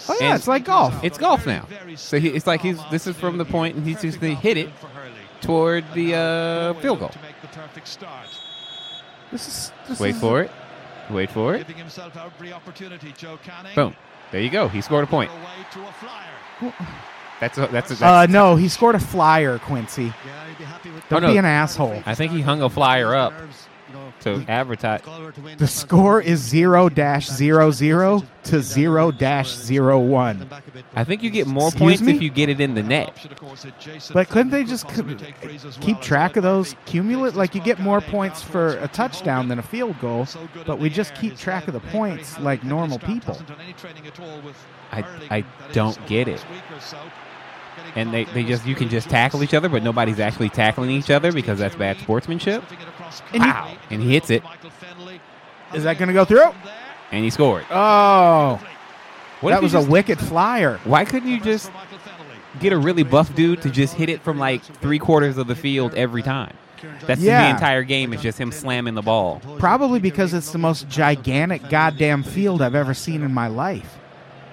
Oh, yeah, it's like golf.
It's golf now. So he, it's like he's this is from the point, and he's just gonna hit it toward the uh, field goal.
This is this
Wait
is-
for it. Wait for it. Boom. There you go. He scored a point. That's a, that's a, that's
Uh, no, he scored a flyer, Quincy. Don't
Oh, no.
be an asshole.
I think he hung a flyer up to advertise.
The score is 0 00 to 0 01.
I think you get more
Uh, Excuse
points
me?
if you get it in the net.
But couldn't they just c- keep track of those cumulate? Like, you get more points for a touchdown than a field goal, but we just keep track of the points like normal people.
I- I don't get it. And they, they just you can just tackle each other, but nobody's actually tackling each other because that's bad sportsmanship.
And he-
Pow! And he hits it,
Is that going to go through?
and he scored.
Oh,
What if you
that was
just-
a wicked flyer.
Why couldn't you just get a really buff dude to just hit it from like three quarters of the field every time? That's
Yeah.
the entire game is just him slamming the ball.
Probably because it's the most gigantic goddamn field I've ever seen in my life.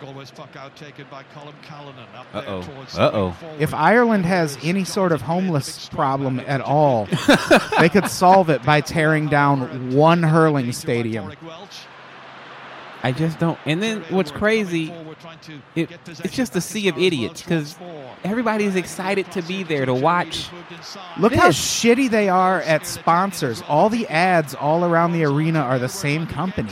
Galway's puck out taken by Colin Callanan up
Uh-oh.
there towards
Uh-oh.
the forward.
If Ireland has any sort of homeless problem at
[laughs]
all, they could solve it by tearing down one hurling stadium.
I just don't. And then what's crazy, it, it's just a sea of idiots because everybody's excited to be there to watch.
Look how
This.
shitty they are at sponsors. All the ads all around the arena are the same company.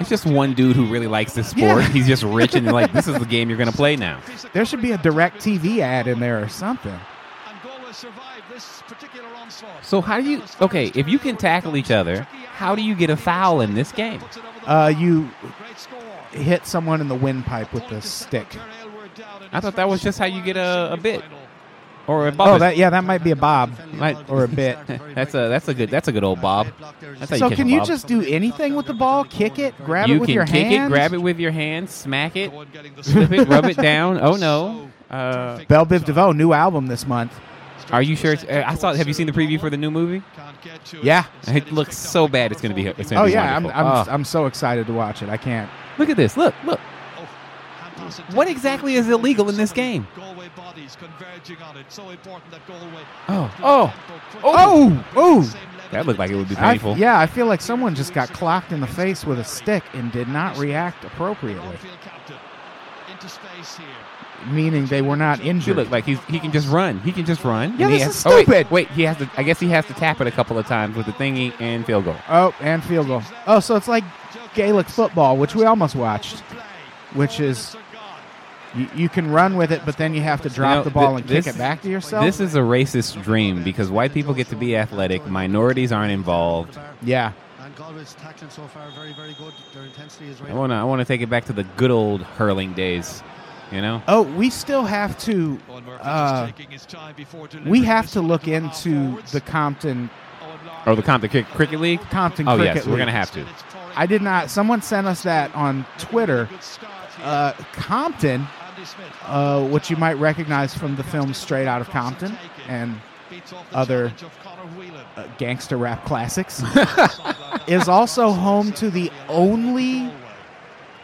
It's just one dude who really likes this sport.
Yeah.
He's just rich and like, this is the game you're going to play now.
There should be a direct TV ad in there or something.
And Galway survived this particular onslaught.
So how do you? Okay, if you can tackle each other, how do you get a foul in this game?
Uh, you
Great score.
hit someone in the windpipe with the stick.
I thought that was just how you get a, a bit or uh, a bubble.
Oh, that yeah, that might be a bob
Might-
or a bit.
that's a that's a good that's a good old bob. That's how
So
catch
can
a
you
bob.
just do anything with the ball? Kick it, grab
you
it with
can
your
kick
hand?
it, grab it with your hand, smack it,
One getting the
flip it, rub
[laughs]
it down. Oh no. Uh,
Belle Biv DeVoe, new album this month.
are you sure? It's, uh, I saw. Have you seen the preview for the new movie?
Can't get to it.
Yeah.
It looks so bad. It's gonna be. It's gonna
Oh
be
yeah, I'm
wonderful.
I'm,
Oh,
I'm so excited to watch it. I can't.
look at this. Look, look.
Oh, Hand pass it
What
down.
exactly is illegal in this game?
Galway bodies converging on it. So important that Galway.
Oh,
Oh, oh, oh!
that looked like it would be
I,
painful.
yeah, I feel like someone just got clocked in the face with a stick and did not react appropriately,
Field captain into space here.
meaning they were not
She
injured.
looked like he's, he can just run. He can just run.
Yeah,
and he
this
has-
is
oh, wait,
stupid.
wait, he has to. I guess he has to tap it a couple of times with the thingy and field goal.
oh, and field goal. Oh, so it's like Gaelic football, which we almost watched, which is you, you can run with it, but then you have to drop
know,
the ball
th-
and kick
this-
it back to yourself.
This is a racist dream because white people get to be athletic, minorities aren't involved.
yeah.
And Galway's tackling so far very, very good. Their intensity is right.
I wanna I wanna take it back to the good old hurling days. You know,
Oh, we still have to.
Owen Murphy
Uh,
just taking his time before
we
delivering
have
this
to
one
look
to the
into
half-forwards.
the Oh, Compton.
Owen Larson
or Oh, the Compton Crick- Cricket League.
Compton
Oh
Cricket
yes, we're
League.
gonna have to.
Minutes for it.
I did not. Someone sent us that on Twitter.
Good start here.
Uh, Compton,
Andy Smith.
uh, what you might recognize from the film Straight Out of Compton and
Beats off the
other-
challenge of Connor
[laughs]
Whelan.
uh, gangster
[laughs]
rap classics,
Sideline that
is also home
sets
to the
up
only.
goal way.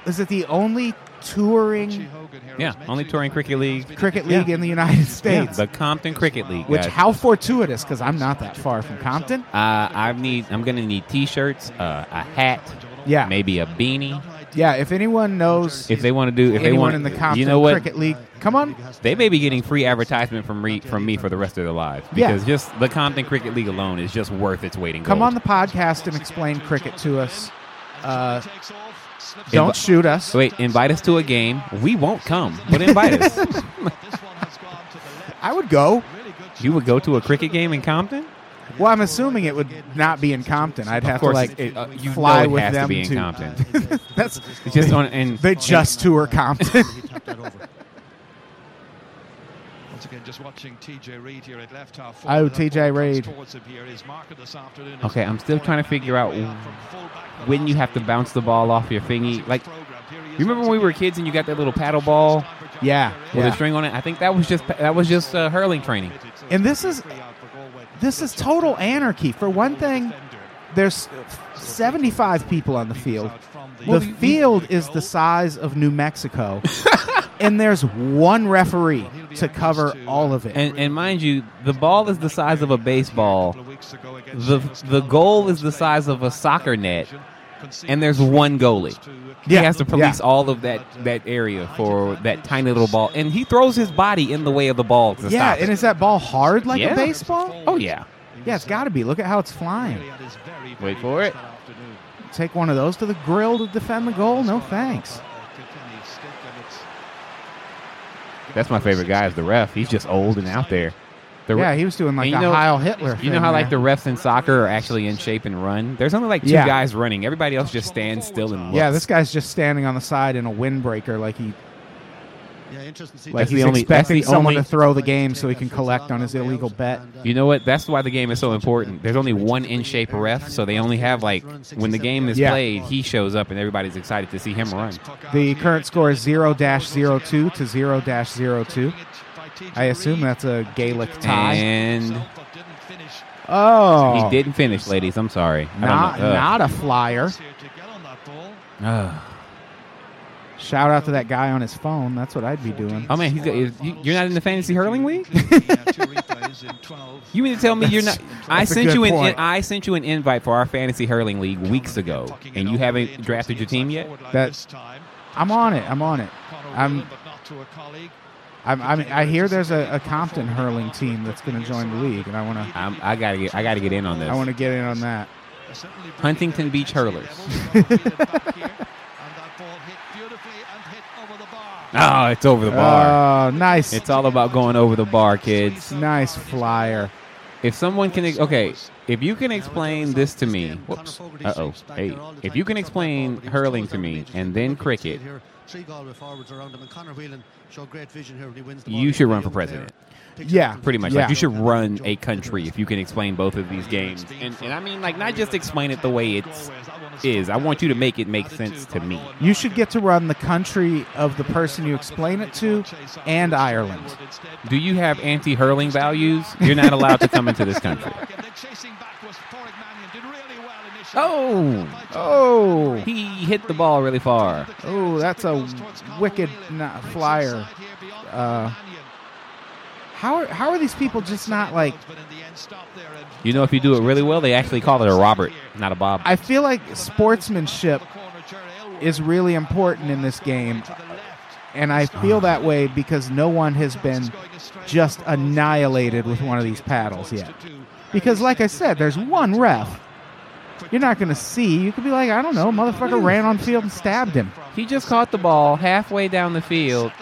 Is it the only
Richie
touring
Hogan here
Yeah,
was
only
mentioned.
touring cricket league.
cricket league in the United States?
The Compton Cricket League.
Which
guys.
how fortuitous because I'm not that far from Compton.
Uh, I need. I'm gonna need T-shirts, uh, a hat,
Yeah.
maybe a beanie.
Yeah, if anyone knows
If they want to do, if they
anyone
want,
in the Compton
you know what?
Cricket League, come on.
They may be getting free advertisement from re, from me for the rest of their lives
Yeah.
because just the Compton Cricket League alone is just worth its weight in gold.
Come on the podcast and explain cricket to us. Uh,
Takes off, slips
don't
it
shoot us.
Wait, invite us to a game. We won't come,
[laughs]
but invite us.
up. This one has gone to the left.
I would go.
Really good
You would go to a cricket game in Compton?
Well, I'm assuming it would not be in Compton. I'd have
of course,
to like
it, uh, you
fly
know it
with
has
them
to be in
to-
Compton.
[laughs] That's
It's [laughs] just on and
they just
[laughs]
tour Compton.
Once again, just watching TJ Reed here at left half.
Oh,
forward. That
TJ
ball comes
Reid.
towards him here. His marker this afternoon is
Okay, I'm still trying to figure out
way out from fullback. The
when you
last
have to
lead.
bounce the ball off your thingy.
Massive
Like,
program. Here he is
you remember
once
when we were
again.
kids and you got that little paddle ball
Yeah,
with a
yeah.
string on it? I think that was just that was just uh, hurling training.
And this is this is total anarchy. For one thing, there's 75 people on the field. The field is the size of
[laughs]
New Mexico, and there's one referee to cover all of it.
And and mind you, the ball is the size of a baseball. The
The
the goal is the size of a soccer net, and there's one goalie.
Yeah,
he has to police
yeah.
all of that that area for that tiny little ball, and he throws his body in the way of the ball to
Yeah,
stop
and
it.
is that ball hard like
Yeah.
a baseball?
oh yeah,
Yeah, it's got to be. Look at how it's flying.
Wait for it.
Take one of those to the grill to defend the goal? No thanks.
that's my favorite guy is the ref. He's just old and out there. The re-
Yeah, he was doing like
And
a
you know-
Heil Hitler.
You know
thing
how like the
there.
refs in soccer are actually in shape and run. There's only like two
Yeah.
guys running. Everybody else just stands still and looks.
yeah, this guy's just standing on the side in a windbreaker, like he
Yeah, interesting to see.
like
That's
he's
the only- that's
expecting
the
someone
only-
to throw the game so he can collect on his illegal bet.
You know what? That's why the game is so important. There's only one in shape ref, so they only have like when the game is
Yeah.
played, he shows up and everybody's excited to see him run.
The current score is 0 02 to 0 02. I assume that's a Gaelic tie.
And
Oh,
he didn't finish, ladies. I'm sorry. I don't
Not,
know. Ugh.
not a flyer.
Ugh.
Shout out to that guy on his phone. That's what I'd be doing.
Oh man, he's got, is- you- you're not in the fantasy hurling league. [laughs] You mean to tell me you're not? I
that's a
sent
good
you an
point.
I sent you an invite for our fantasy hurling league weeks ago, and you haven't drafted your team yet.
That- I'm on it. I'm on it. I'm- I'm, I'm, I hear there's a, a Compton hurling team that's going to join the league, and I want to
I'm, I gotta get I gotta get in on this.
I want to get in on that.
Huntington Beach hurlers. Oh, it's over the bar.
Oh, nice,
it's all about going over the bar, kids.
nice flyer.
If someone can, okay, if you can explain this to me, whoops, uh oh, hey, if you can explain hurling to me and then cricket, you should run for president.
Yeah,
Pretty much,
Yeah.
like you should run a country if you can explain both of these games, and, and I mean, like not just explain it the way it's is. I want you to make it make sense to me.
You should get to run the country of the person you explain it to and Ireland.
Do you have anti hurling values? You're not allowed to come into this [laughs] country. Oh,
Oh,
he hit the ball really far.
oh, that's a wicked na- flyer. Uh, how are, how are these people just not like?
You know, if you do it really well, they actually call it a Robert, not a Bob.
I feel like sportsmanship is really important in this game, and I feel that way because no one has been just annihilated with one of these paddles yet. Because, like I said, there's one ref. You're not going to see. You could be like, I don't know, motherfucker ran on field and stabbed him.
He just caught the ball halfway down the field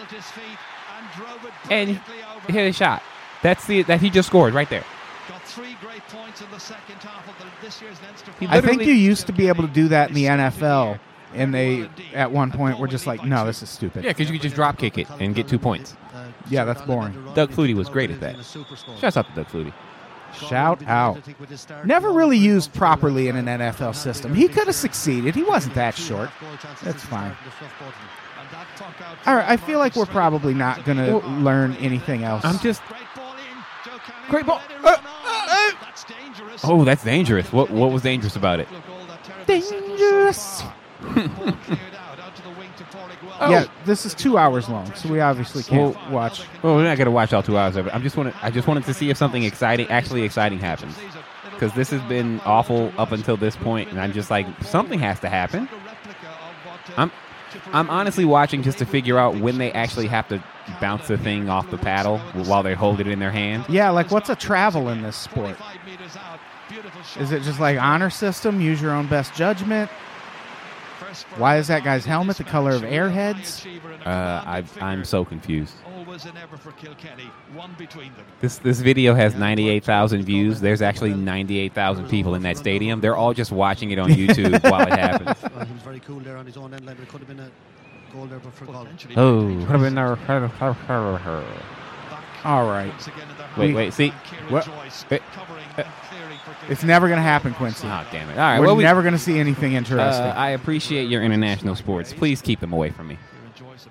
and hit a shot. That's the that he just scored right there.
Got three great points in the second half of the, this year's Leinster
He
final.
I think
Literally-
you used to be able to do that in the NFL and they at one point were just like, "No, this is stupid."
Yeah, because you could just drop kick it and get two points.
Yeah, that's boring.
Doug Flutie was great at that. Shouts out to Doug Flutie.
Shout out. Never really used properly in an NFL system. He could have succeeded. He wasn't that short. That's fine. All right, I feel like we're probably not going to learn anything else.
I'm just.
Great ball.
Uh, uh, uh. Oh, that's dangerous. What what was dangerous about it?
Dangerous.
[laughs]
Yeah, this is two hours long, so we obviously can't watch.
Well, oh, we're not gonna watch all two hours of it. I'm just wanted I just wanted to see if something exciting, actually exciting, happens. Because this has been awful up until this point, and I'm just like, something has to happen. I'm I'm honestly watching just to figure out when they actually have to bounce the thing off the paddle while they hold it in their hand.
Yeah, like what's a travel in this sport? Is it just like honor system? Use your own best judgment. Why is that guy's helmet the color of airheads?
Uh, I, I'm so confused.
Always an ever for Kilkenny, one between them.
This this video has 98,000 views. There's actually 98,000 people in that stadium. They're all just watching it on
[laughs]
YouTube while it happens.
Well, uh, he was very cool there on his own end line, but it could have been a goal there, but for goal.
Oh,
All right.
wait, wait, see?
What?
Wait.
It's never going to happen, Quincy.
Oh, damn it. All right,
We're
well, we,
never going to see anything interesting.
uh, I appreciate your international sports. Please keep them away from me.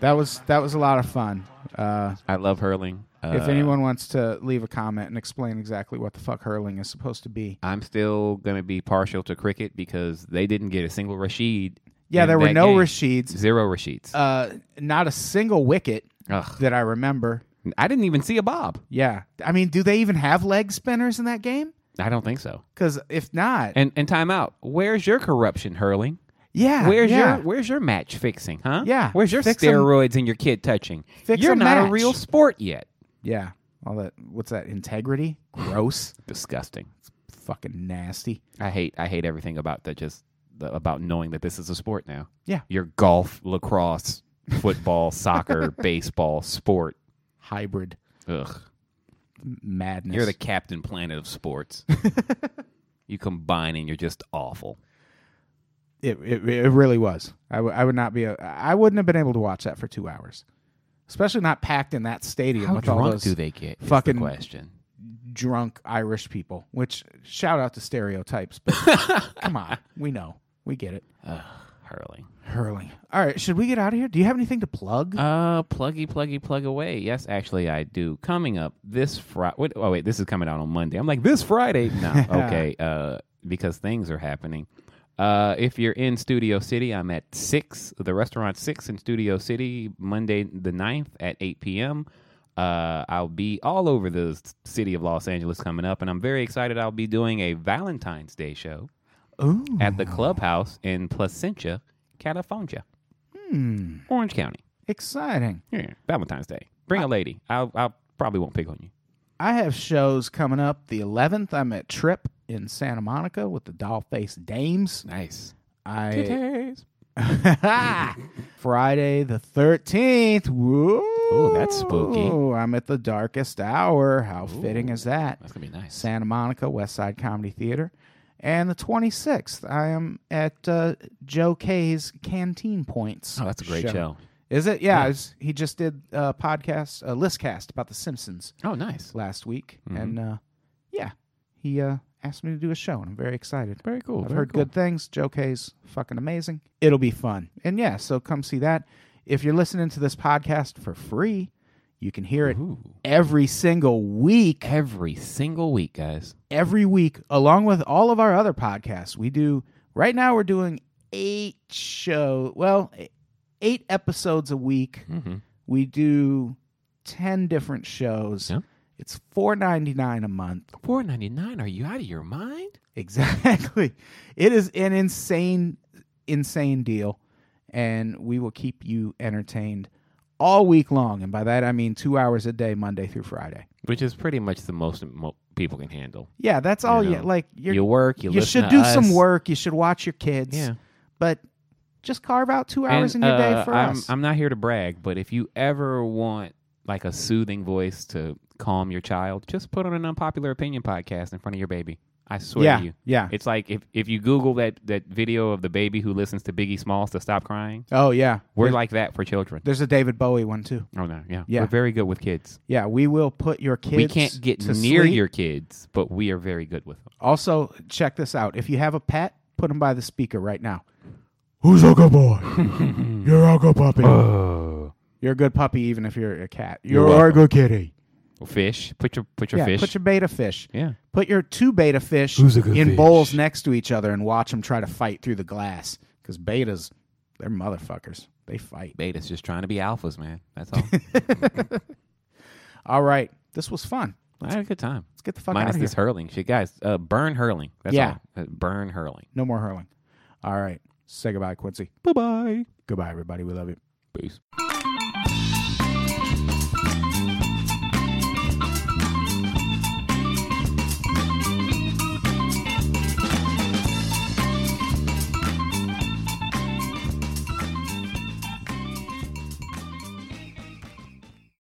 that was that was a lot of fun. Uh,
I love hurling. Uh,
if anyone wants to leave a comment and explain exactly what the fuck hurling is supposed to be,
I'm still going to be partial to cricket because they didn't get a single Rashid.
yeah,
in
there were
that
no
game.
Rashids,
Zero Rashids.
uh, not a single wicket
Ugh.
that I remember.
I didn't even see a bob.
Yeah, I mean, do they even have leg spinners in that game?
I don't think so.
Because if not,
And and time out. Where's your corruption, hurling?
yeah,
Where's
yeah.
your where's your match fixing, huh?
Yeah.
Where's your
Fix 'em.
steroids and your kid touching?
Fix
You're
a
not a
match.
real sport yet.
yeah, all that. What's that? Integrity? Gross.
Disgusting.
Fucking nasty.
I hate I hate everything about that just the, about knowing that this is a sport now.
Yeah.
Your golf, lacrosse, football, [laughs] soccer, baseball, sport.
Hybrid
Ugh.
madness.
You're the captain planet of
[laughs]
sports. you combine and you're just awful.
it, it, it really was. I, w- I would not be. A, I wouldn't have been able to watch that for two hours, especially not packed in that stadium
How
with all
drunk
those
do they get? is the
fucking-
question.
drunk Irish people. Which shout out to
[laughs]
stereotypes, but come on, we know, we get it.
Ugh, hurling.
Hurling. All right, should we get out of here? Do you have anything to plug?
Uh, pluggy, pluggy, plug away. Yes, actually, I do. Coming up this Friday. Oh wait, this is coming out on Monday. I'm like this Friday. No, okay. Uh, because things are happening. Uh, if you're in Studio City, I'm at six. The restaurant six in Studio City, Monday the 9th at eight p.m. Uh, I'll be all over the s- city of Los Angeles coming up, and I'm very excited. I'll be doing a Valentine's Day show
Ooh.
at the clubhouse in Placentia, California, Orange County.
Exciting.
Yeah, Valentine's Day. Bring a lady. I'll, I'll probably won't pick on you.
I have shows coming up. The 11th, I'm at Trip in Santa Monica with the Dollface Dames.
Nice.
I [laughs] Friday the 13th.
Ooh,
Whoa.
that's spooky.
I'm at the darkest hour. How fitting is that?
That's gonna be nice.
Santa Monica, West Side Comedy Theater. And the 26th, I am at uh, Joe K's Canteen Points.
Oh, that's a great show.
Is it? Yeah. I was- he just did a podcast, a list cast about The Simpsons
Oh, nice.
last week.
Mm-hmm.
And uh, yeah, he uh, asked me to do a show, and I'm very excited.
Very cool.
I've
very
heard
cool.
good things. Joe K's fucking amazing. It'll be fun. And yeah, so come see that. If you're listening to this podcast for free, you can hear it every single week.
Every single week, guys.
Every week, along with all of our other podcasts. We do right now we're doing eight show well, e- eight episodes a week.
Hmm. Mm-hmm.
We do ten different shows.
Yeah.
It's four ninety nine a month.
Four ninety nine. Are you out of your mind?
Exactly. It is an insane, insane deal. And we will keep you entertained all week long. And by that, I mean two hours a day, Monday through Friday.
Which is pretty much the most mo- people can handle.
Yeah, that's all
You
you,
know,
like. You're,
you work. You,
you
listen
should
to
do
us.
some work. You should watch your kids.
Yeah.
But just carve out two hours
And,
in your
uh,
day for
I'm,
us.
I'm not here to brag, but if you ever want like a soothing voice to calm your child, just put on an unpopular opinion podcast in front of your baby. I swear
Yeah,
to you.
yeah.
It's like if, if you Google that, that video of the baby who listens to Biggie Smalls to stop crying,
Oh yeah,
we're
There's-
like that for children.
There's a David Bowie one too.
Oh, no. Yeah.
Yeah.
We're very good with kids.
Yeah, we will put your kids.
we can't get
to
near
sleep.
your kids, but we are very good with them.
Also, check this out. If you have a pet, put him by the speaker right now. Who's a good boy? [laughs] You're a good puppy. You're a good puppy, even if you're a cat. You're, a good kitty.
Fish. Put your put your
Yeah,
fish.
put your beta fish.
Yeah.
Put your two beta fish in bowls next to each other and watch them try to fight through the glass. Because betas, they're motherfuckers. They fight.
Beta's just trying to be alphas, man. That's
[laughs]
all.
All right. This was fun.
I had a good time. Let's
get the fuck
Minus
outta
this hurling shit, guys. Uh, burn hurling. That's
Yeah.
all. Uh, burn hurling.
No more hurling. All right. Say goodbye, Quincy.
Bye bye.
Goodbye, everybody. We love you.
Peace.